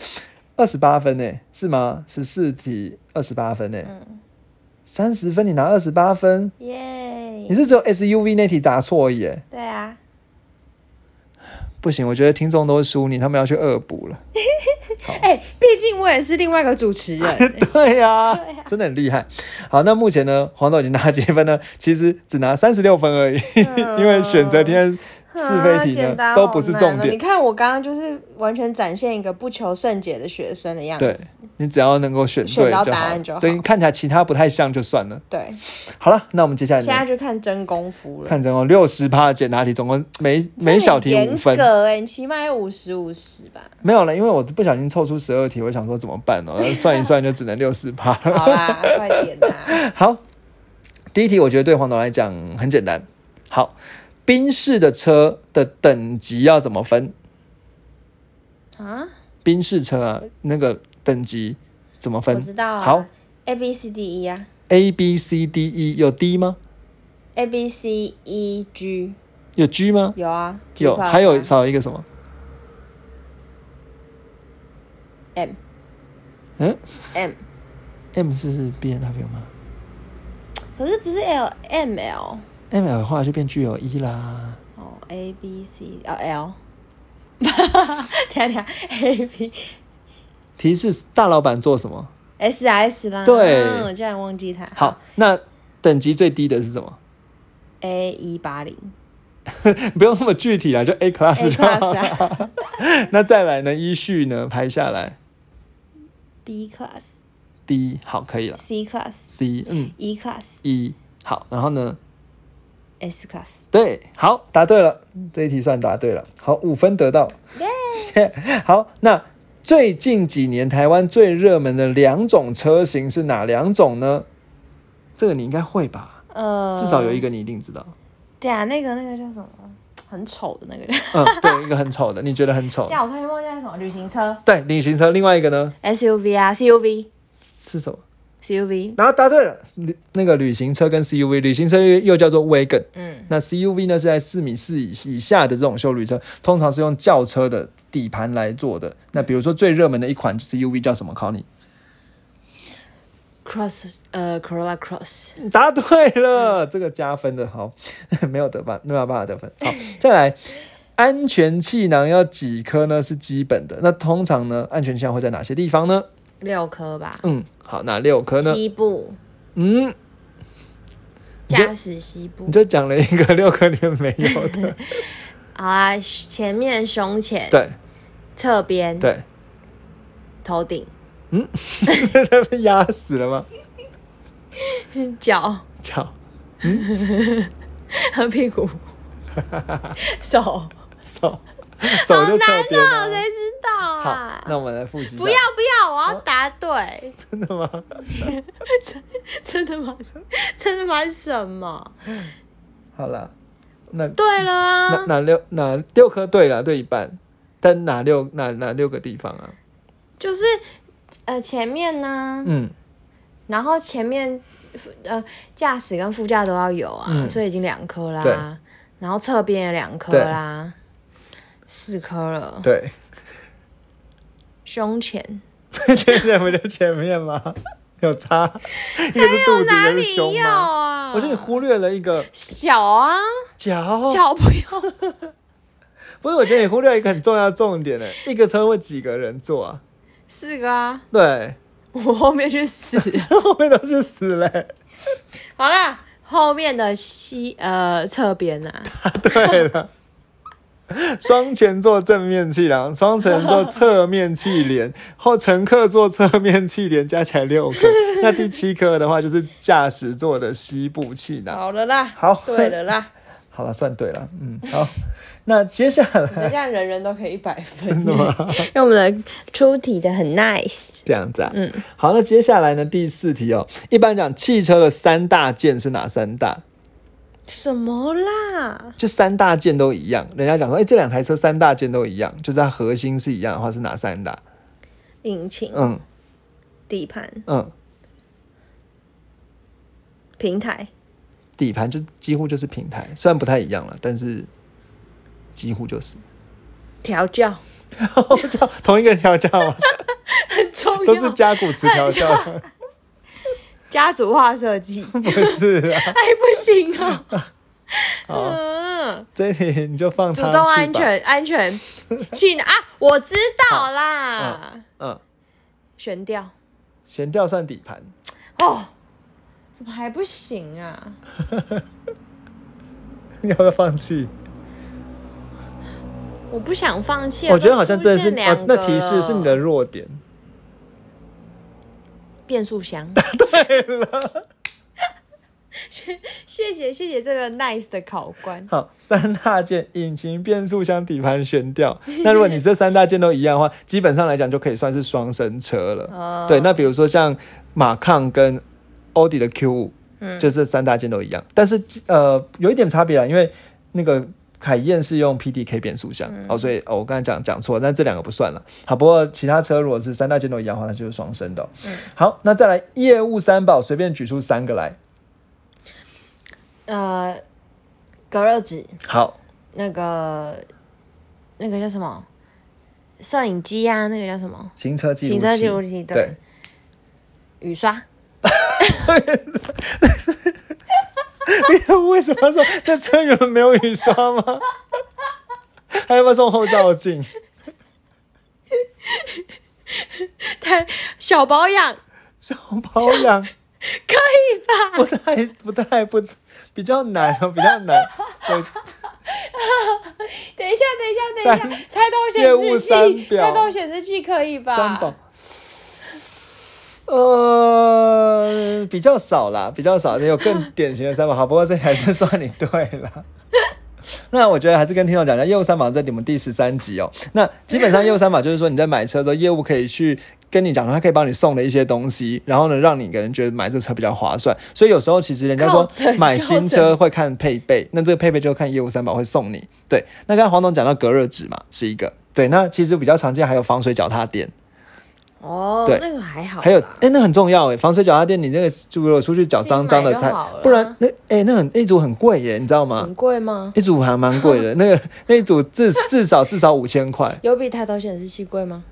二十八分呢、是吗？十四题二十八分呢、三十分你拿二十八分，你
耶，
是只有 SUV 那题答错而已耶，
对啊，
不行，我觉得听众都输你，他们要去恶补了。
哎、毕竟我也是另外一个主持人，
对呀、
对
真的很厉害。好，那目前呢，黄豆已经拿几分呢？ 其实只拿三十六分而已，
嗯
因为选择题和是非
啊
题呢、
简单
都
好
不是
难
重
哦你
点。
看我刚刚就是完全展现一个不求甚解的学生的样子。
对你只要能够选对
选
就好
到
了，
答案就好
对，看起来其他不太像就算了。
对，
好了，那我们接下来
现在
呢？
就看真功夫了。
看总共六十趴的简答题，总共每每小题五分
这很严，格哎、你起码要五十五十吧。
没有了，因为我不小心凑出十二题，我想说怎么办哦，算一算就只能六十趴了。
好啦，快点啦！
好，第一题我觉得对黄董来讲很简单。好，宾士的车的等级要怎么分？
啊，
宾士车啊，那个等级怎么
我
分
知道啊。
好
，A B C D E 啊
？A B C D E 有 D 吗？
，A B C E G
有 G 吗？
有啊，
有，
G-Class 啊
还有少一个什么？
M
嗯
M，
，M 是 B N W 吗
可是不是 L M L
？M L 的话就变 G L E 啦。
哦，A B C 哦 L，等一下等一下 A B
提示大老板做什么？
S S 啦，
对
嗯我居然忘记它。
好，那等级最低的是什么？
，A 一八零
不用那么具体啦，就 A
A
class 就好。
class 啊
那再来呢？依序呢排下来
，B class
，B 好可以了
C class
，C 嗯
E class
E 好，然后呢？
S class，
对，好，答对了，这一题算答对了。好，五分得到。 好，那最近几年台湾最热门的两种车型是哪两种呢？这个你应该会吧，
呃，
至少有一个你一定知道。
对啊，那个那个叫什么，很丑的那个叫，
嗯，对，一个很丑的，你觉得很丑
对。啊，我突然忘记叫什么，旅行车
对，旅行车，另外一个呢
SUV 啊，CUV。
是什么？
CUV，
然后答对了，旅那个旅行车跟 CUV，旅行车又又叫做 wagon，
嗯，
那 CUV 呢是在四米四以以下的这种修旅车，通常是用轿车的底盘来做的。那比如说最热门的一款 CUV 叫什么？考你，
Cross，呃，Corolla Cross，
答对了，这个加分的，好， 没有得分，没有办法得分。好，再来，安全气囊要几颗呢？是基本的。那通常呢，安全气囊会在哪些地方呢？
六颗吧，
嗯，好，哪六颗呢？
西部
嗯，你就
驾驶西部
你，就讲了一个 六颗里面没有的，
好啊，前面胸前，
对
侧边，
对。
头顶，
他被压死了吗？
脚
脚
和 屁股，手，
手手就侧边
好哦
啊
谁知道
好，
啊？
那我们来复习一下。
不要嗯不要，我要答对，
真的吗？
真的吗？真的吗？什么？
好啦，那
对了
哪
啊，
哪六哪六颗对了，对一半，但哪六哪哪六个地方啊？
就是呃前面呢，
嗯，
然后前面呃驾驶跟副驾都要有啊，
嗯
所以已经两颗
对
啦。然后侧边也两颗
对
啦，四颗了。
对，
胸前
前面不就前面吗？有 差，一个是肚子，
哪
一个是
里
胸
要
吗？
啊？
我哦觉得你忽略了一个
脚啊，
脚，
脚不用。
不是？我觉得你忽略了一个很重要的重点呢。一个车会几个人坐啊？
四个啊，
对，
我后面去死。
后面都是死嘞、
好啦，后面的西呃侧边啊，
对了，双前座正面气囊，双前座侧面气帘，后乘客座侧面气帘，加起来六颗。那第七颗的话就是驾驶座的膝部气囊。
好了啦，
好
对了 啦，
好了，算对了，嗯，好。那接下
我们
来
这样人人都可以一百分，真
的 吗？
因为我们的出题的很 nice，
这样子啊，嗯，好，那接下来呢？第四题哦，一般讲汽车的三大件是哪三大？
什么啦？
就三大件都一样，人家讲说，哎、这两台车三大件都一样，就是它核心是一样的话是哪三大？
引擎、
嗯
底盘、
嗯，
平台。
底盘就几乎就是平台，虽然不太一样了，但是几乎就是。
调教
叫 同一个调教吗？
很 重
都是
要，
加古词调教吗，
家族化 设计，哎，
不是啊？
不行哦。
好，
嗯，
这一题你就放
主
它
动
去
安
吧。
全，安全 气囊啊，我知道啦，
嗯，
悬吊
悬吊算底盘，
哦，怎么还不行啊？
要不要放弃？
我不想放弃。啊
我觉得好像真的是
都出现两
哦，那提示是你的
个了
弱点。
变速箱。
对了，
谢谢谢谢这个 nice 的考官，
好，三大件：引擎、变速箱、底盘、悬吊。那如果你这三大件都一样的话，基本上来讲就可以算是双生车了。
哦
对，那比如说像马抗跟欧迪的 Q 五，
嗯
就这三大件都一样，但是呃有一点差别啦，因为那个凯宴是用 PDK 变速箱，
嗯
哦，所以哦，我刚才讲讲错，但这两个不算了。好，不过其他车如果是三大件都一样的话，那就是双生的哦、
嗯
好，那再来业务三宝，随便举出三个来。
呃，隔热纸，
好，
那个那个叫什么？摄影机啊，那个叫什么？
行车记录器，
行车记录器，
对
对，，雨刷，
为什么说那车原本没有雨刷吗？ 还要不要送后照镜？
太小保养
小保养
可以吧？
不太不太不比较难哦，比较难。对，
等一下，等一下，等一下，开动
业务
显示
三
器，
表
开动显示器可以吧？
三宝，呃，比较少啦，比较少，有更典型的三宝。好，不过这还是算你对了。 那我觉得还是跟听众讲一下，业务三宝在你们第十三集哦。那基本上业务三宝就是说你在买车的时候，业务可以去跟你讲说，他可以帮你送的一些东西，然后呢，让你个人觉得买这车比较划 算。所以有时候其实人家说
靠枕
买新
靠
车会看配备，那这个配备就看业务三宝会送你。对，那刚才黄总讲到隔热纸嘛，是一个。对，那其实比较常见还有防水脚踏垫，
哦
对，
那个还好吧。
还有，哎、那很重要哎，防水脚踏垫，你那个如果出去脚脏脏的，
自己
它
买就好了嗯
不然那哎、那很那一组很贵耶，你知道吗？
很贵吗？
一组还蛮贵 的，那个那一组至至少至少五千块。
有比抬头显示器贵吗？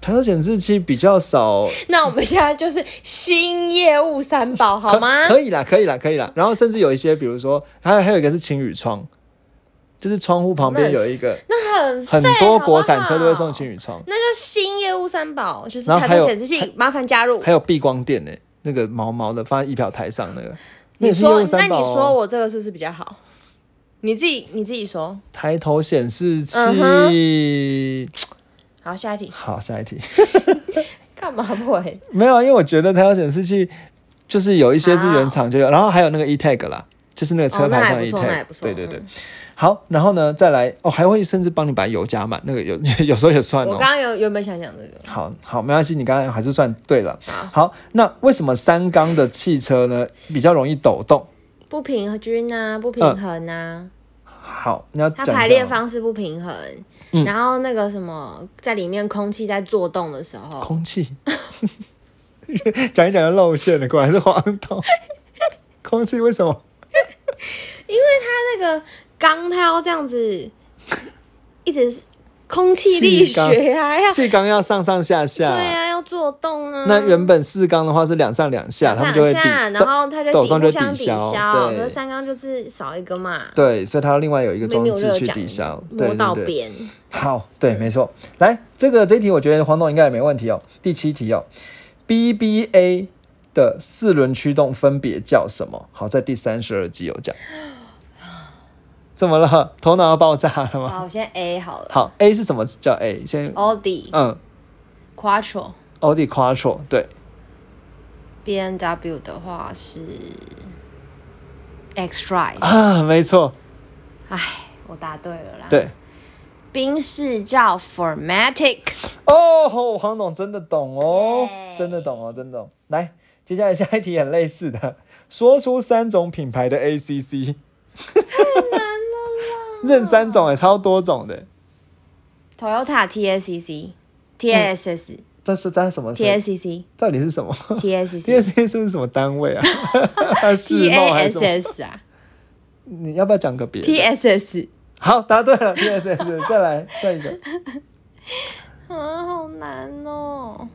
抬头显示器比较少，
那我们现在就是新业务三宝好
可
吗？
可以啦，可以啦，可以啦。然后甚至有一些，比如说还有还有一个是晴雨窗，就是窗户旁边有一个，
那很
很
废
多国产车都会送
好不好
晴雨窗，
那就新业务三宝，就是
然后
抬
还有
头显示器，麻烦加入
还。有避光垫呢，那个毛毛的放在仪表台上那个。那
你
也是
说
用，
那
三
你
宝哦
说我这个是不是比较好？你自己你自己说。
抬头显示器。
嗯好，下一题。
好，下一题。
干嘛不回？
没有啊，因为我觉得抬头显示器就是有一些是原厂就有，然后还有那个 e tag 啦，就是那个车
啊哦那
牌
还
上的
不
e
错
tag，、
那还不错
对对对
嗯。
好，然后呢，再来哦，还会甚至帮你把油加满，那个有 有时候也算
我
哦
刚。刚有有没有想讲这个？
好好，没关系，你刚才还是算对了。好，那为什么三缸的汽车呢比较容易抖动？
不平均啊，不平衡啊，
好，你要
它
讲
排
一下
列
吗
方式不平衡，
啊嗯
然后那个什么，在里面空气在做动的时候，
空气， 讲一讲就露馅了，果然是黄豆。空气为什么？
那个缸它要这样 子，一直是空气力学啊，要
气缸要上上下下。
对啊，要做动啊。
那原本四缸的话是两上两下，他们就会
上
抵
下，然后它就
抖
底
动
互
就
相
抵
抵
消对
可是三缸就是少一个嘛。
对，所以它要另外有一个
明
东
明我就
西
有
去
讲
抵消，对
摸到
对对。
边，
好，对，没错。来，这个这一题我觉得黄董应该也没问题哦。第七题哦，BBA 的四轮驱动分别叫什么？好，在第三十二集有讲。怎么了？头脑要爆炸了吗？
好，我哦先 A 好了。
好，A 是什么叫 A？先，
Audi、
嗯
Quattro、
奥迪 Quattro，对，
B N W 的话是 X Drive，
啊，没错，
哎，我答对了啦。，
对。
宾士叫 Formatic，
哦，吼黄董真的懂哦
耶
真的懂哦，真的懂。来，接下来下一题很类似的，说出三种品牌的 ACC。太难了啦！认三种也超多种的，
Toyota T S C C、T S S、
这是它什么
T
是？
S C C、
到底是什么
T S C
？T
C、
S C 是不是什么单位啊？ 世
T
贸
A
还是什
S
么？
S 啊
你要不要讲个别的
，T S S
好，答对了，T S S。再 来，再一个。
啊，好难哦。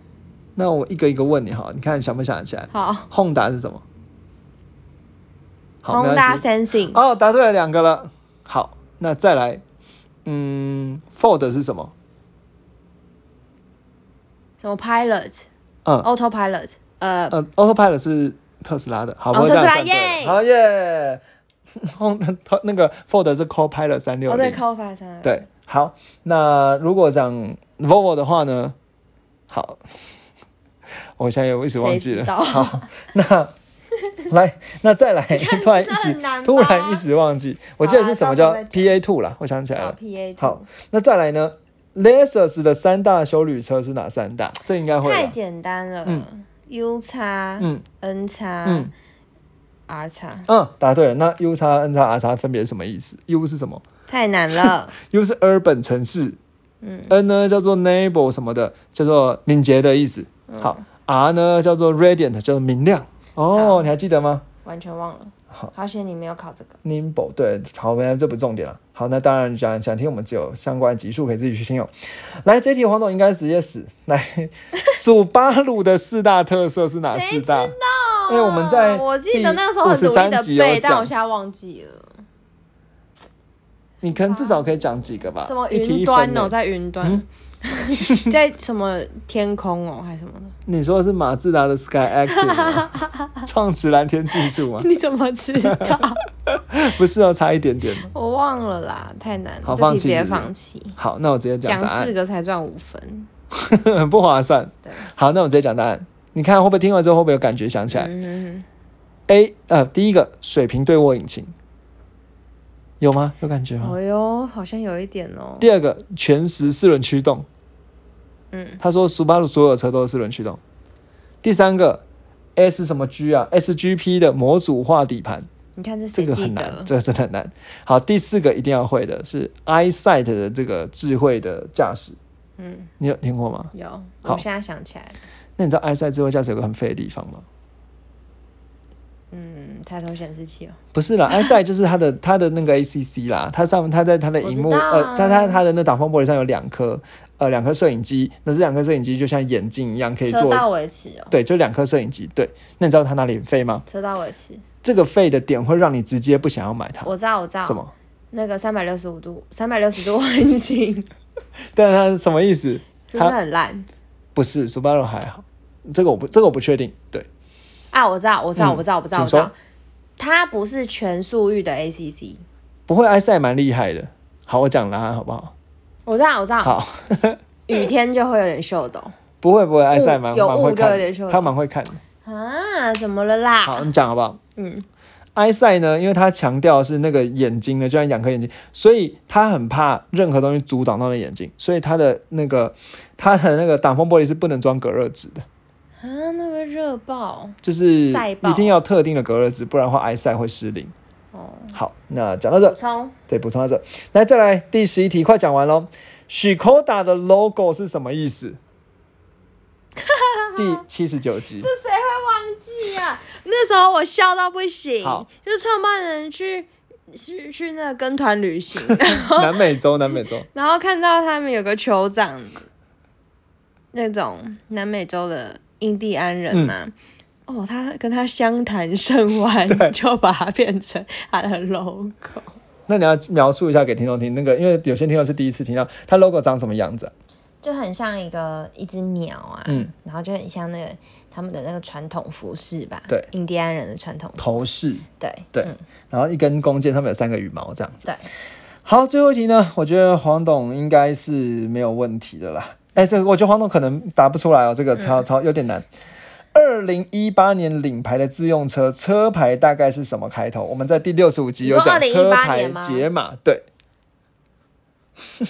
那我一个一个问你哈，你看想不想得起来
好
？Honda 是什么？好没关系
，Honda Sensing
哦，答对了两个了。好，那再来，嗯，Ford 是什么？
什么 Pilot、
嗯
哦 Autopilot，呃，
呃，Autopilot 是特斯拉的，好，
哦
不过这样
特
算
斯拉
对了。
耶
好耶。 轰它那个 Ford 是 Copilot 三六
哦对
零，
，Copilot 三六零
对，好。那如果讲 Volvo 的话呢？好， 我现在也一时忘记
谁
了。
知道
好，那来，那再来， 突然一时
真的很难吧
突然一时忘记，我记得是什么
好
叫
啊到时候再
PA Two 啦，我想起来
好
了。
P A
好，那再来呢？Lexus 的三大修旅车是哪三大？这应该会
太
吧。
啊简单了。U 叉、
嗯
N 叉、
嗯
啊 R 啊叉，
嗯，答对了。那 U 叉 N 叉 R 叉分别是什么意思？U 是什么
太难 了。
？U 是 urban 城市，嗯，N 呢叫做 neighbor 什么的，叫做敏捷的意思。
嗯
好，R 呢叫做 radiant，叫做明亮。哦，你还记得吗？
完全忘了。
好，
好险你没有考这个。
nimble 对，好，没有这不重点了。好，那当然想想听我们只有相关集数可以自己去听哦。来，这一题黄总应该直接死。来，数巴鲁的四大特色是哪四大？
道
因为我们在
啊我记得那个时候很努力
第53
的
集有
背，但
讲
我现在忘记了。
你可能至少可以讲几个吧？
啊什么
啊一题
云
一
端
分嗯
哦，
呢。
在云端， 在什么天空哦，还是什么的？
你说的是马自达的 Sky Active 吗创驰蓝天技术吗？
你怎么知道？
不是哦，差一点点。
我忘了啦，太难
好
了，这
放
题
弃
直接
是不是
放弃。
好，那我直接讲
讲
答
四
案，
个才赚五分，
很 不划算
对。
好，那我直接讲答案。你看会不会听完之后会不会有感觉想起来？
嗯，
A 呃，第一个水平对卧引擎有吗？有感觉吗？
哦哟，好像有一点哦。
第二个全时四轮驱动，
嗯，
他说苏巴鲁所有车都是四轮驱动。第三个 S 什么 G 啊，SGP 的模组化底盘，
你看这
这
谁
个
记
很难
得，？
这个真的很难。好，第四个一定要会的是 EyeSight 的这个智慧的驾驶，
嗯，
你有听过吗？
有，
好
我现在想起来了，
那你知道 EyeSight 智慧驾驶有个很废的地方吗？
嗯，抬头显示器哦，
不是 啦，EyeSight 就是它的它的那个 ACC 啦，它上它在它的荧幕、
我知道啊
呃，它它它的那挡风玻璃上有两颗呃两颗摄影机，那这两颗摄影机就像眼镜一样可以
车
做，
道维持哦，
对，就两颗摄影机。对，那你知道它哪里很废吗？
车道维持，
这个废的点会让你直接不想要买它。
我知道，我知道，
什么？
那个三百六十五度、三百六十度环形，
但是它什么意思？
就是很烂
不是 Subaru 还好，这个我不这个我不确定。对，
啊！我知道，我知道，我知道，我知道，
请
我知道
说，
它不是全速域的 ACC，
不会 EyeSight 蛮厉害的。好，我讲答啊案好不好？
我知道，我知道，
好，
雨天就会有点秀抖
不会不会，EyeSight 蛮
有
蛮会
雾就
看
有点秀
的，
的
它蛮会看的。
啊！怎么了啦？
好，你讲好不好？
嗯
埃塞呢，因为他强调是那个眼睛呢，就像两颗眼睛，所以他很怕任何东西阻挡到你眼睛，所以他的那个他的那个挡风玻璃是不能装隔热纸的，
啊，那会热爆
就是
晒爆
一定要特定的隔热纸，不然的话埃塞会失灵。
哦！
好，那讲到这
补，充
对，补充到这，来再来第十一题，快讲完喽。许 d 达的 logo 是什么意 思？第七十九集，
谁会忘记啊？那时候我笑到不行
好，
就是创办人去去去那个跟团旅行，
南美洲，南美洲，
然后看到他们有个酋长，那种南美洲的印第安人嘛、
嗯
哦，他跟他相谈甚 欢，就把它变成他的 logo。
那你要描述一下给听众听，那个因为有些听众是第一次听到，它 logo 长什么样子啊？
就很像一个一只鸟啊，
嗯
然后就很像那个他们的那个传统服饰吧，
对
印第安人的传统服
头饰，
对
对，
嗯
然后一根弓箭上面有三个羽毛这样子。
对，
好，最后一题呢，我觉得黄董应该是没有问题的啦。哎，这个我觉得黄董可能答不出来哦，这个超超有点难。二零一八年领牌的自用车车牌大概是什么开头？我们在第六十五集
你
有
说
讲
2018
车牌
年吗
解码，对，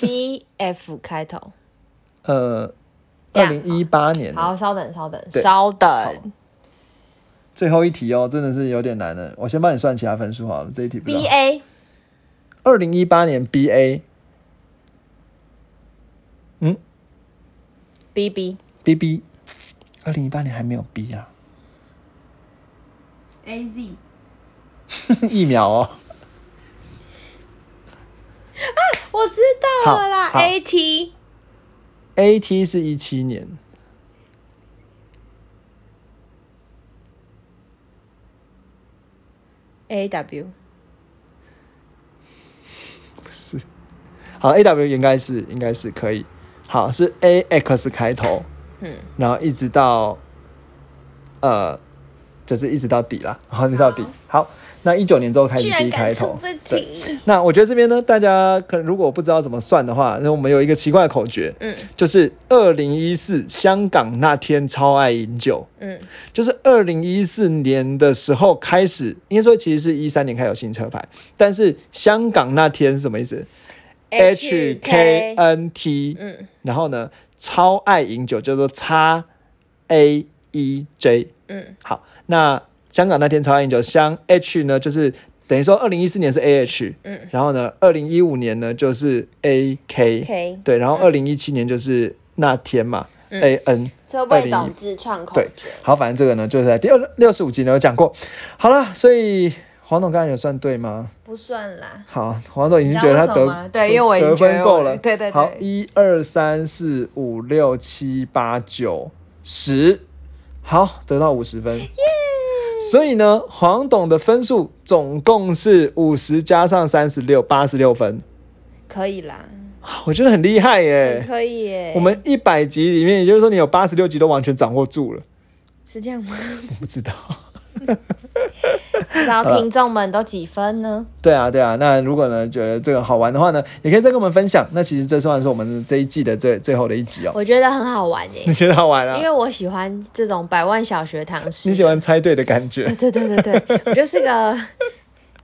B F 开头。
呃，
这
二
样
零一八年
好，稍等，稍等，
对
稍
好
等。
最后一题哦，真的是有点难了。我先帮你算其他分数好了，这一题不知道
B。A
二零一八年 BA
B B
BB，二零一八年还没有 B 啊，
A Z
疫苗哦。
我知道了啦
好好
，A T
AT 是一七年，
A W
不是。好，AW 应该是应该是可以。好，是 AX 开头，
嗯，
然后一直到呃，就是一直到底啦，然后一直到底。好，那一九年之后开始
居然
B
敢
开
出
头。
这
对
题，
那我觉得这边呢，大家可能如果不知道怎么算的话，那我们有一个奇怪的口诀，
嗯
就是二零一四香港那天超爱饮酒，
嗯
就是二零一四年的时候开始，应该说其实是一三年开始有新车牌，但是香港那天是什么意思？K N T，
嗯
然后呢，超爱饮酒叫做 X A E J。
嗯，
好，那香港那天超英九香 H 呢，就是等于说二零一四年是 A H，嗯，然后呢，二零一五年呢就是 A K，
K 嗯
对，然后二零一七年就是那天嘛、a N，
这未懂自创口
对
诀，，
好，反正这个呢就是在第二六十五集呢有讲过。好了，所以黄总刚才有算对吗？
不算啦。
好，黄总已
你
经
知
觉
道为什
得他
么
得
吗对，因为我已
得
经觉
分
得
够
我
了。
对对
好，
对，
一二三四五六七八九十，好，得到五十分。所以呢，黄董的分数总共是五十加上三十六，八十六分，
可以啦，
我觉得很厉害
很
耶。
可以耶。
我们一百集里面，也就是说你有八十六集都完全掌握住了，
是这样吗？
我不知道。
然
呃
后听众们都几分呢？
对啊，对啊。那如果呢觉得这个好玩的话呢，也可以再跟我们分享。那其实这算是我们这一季的最最后的一集哦。
我觉得很好玩耶
你，觉得好玩啊
因？为我喜欢这种百万小学堂式。
你喜欢猜对的感觉？
对对对对对，我就是个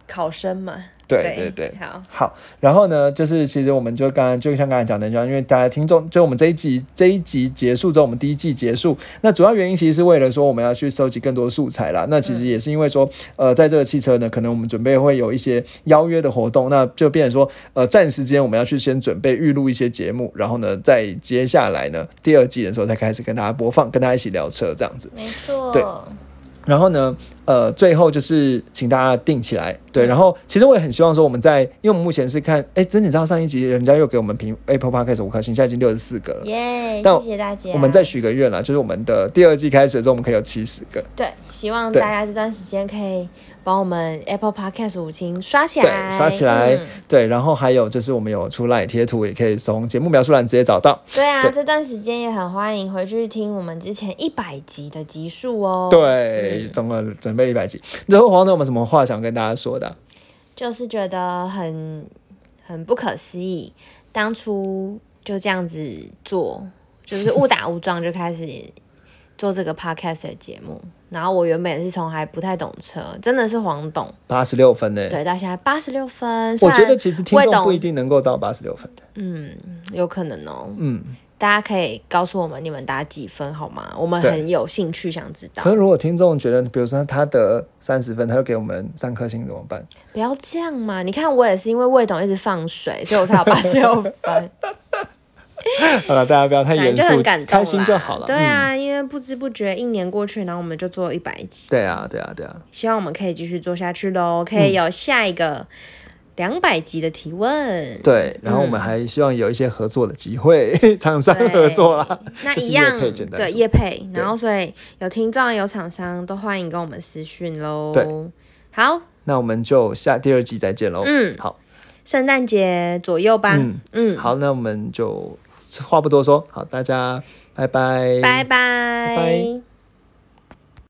考生嘛。
对对对。
好，
好，然后呢，就是其实我们就刚刚就像刚才讲的一样，因为大家听众，就我们这一集这一集结束之后，我们第一季结束，那主要原因其实是为了说我们要去收集更多素材啦。那其实也是因为说，呃，在这个汽车呢，可能我们准备会有一些邀约的活动，那就变成说，呃，暂时之间我们要去先准备预录一些节目，然后呢，再接下来呢，第二季的时候才开始跟大家播放，跟大家一起聊车这样子。
没错。
对然后呢，呃，最后就是请大家定起来，
嗯
对。然后其实我也很希望说，我们在，因为我们目前是看，哎，真的知道上一集人家又给我们评 Apple Podcast 五颗星，现在已经六十四个了。
耶、
但
谢谢大家。
我们再许个愿啦，就是我们的第二季开始的时候，我们可以有七十个。
对，希望
对
大家这段时间可以帮我们 Apple Podcast 五星刷起
对
来，，
刷起来、
嗯
对，然后还有就是我们有出赖贴图，也可以从节目描述栏直接找到。
对啊，
对
这段时间也很欢迎回去听我们之前一百集的集数哦。，
对，总共准备一百集。然后黄总有没有什么话想跟大家说的啊、
就是觉得很很不可思议，当初就这样子做，就是误打误撞就开始做这个 podcast 的节目。然后我原本也是从还不太懂车，真的是黄懂，
八十六分呢、
对，到现在八十六分。虽
我
然
觉得其实听
未
众
懂
不一定能够到八十六分的。
有可能哦，
嗯，
大家可以告诉我们你们打几分好吗？我们
对
很有兴趣想知道
可。是如果听众觉得，比如说他得三十分，他就给我们三颗星怎么办？
不要这样嘛！你看我也是因为魏董一直放水，所以我才有八十六分，
好了，大家不 要太
反正
严
就
肃
很感，动啦
开心就好了。
对
嗯，
啊，因为不知不觉一年过去，然后我们就做一百集，
对啊，对啊，对啊。
希望我们可以继续做下去喽，可以有下一个两百集的提问。
对，然后我们
嗯
还希望有一些合作的机会，厂商
对
合作啦。
那
就是
一
业
样
配简单
对
说
叶配，
对
然后所以有听众有厂商都欢迎跟我们私讯喽
对。
好，
那我们就下第二季再见喽。
嗯
好，
圣诞节左右吧。
嗯
嗯，
好，那我们就话不多说，好，大家拜拜，
拜拜。
拜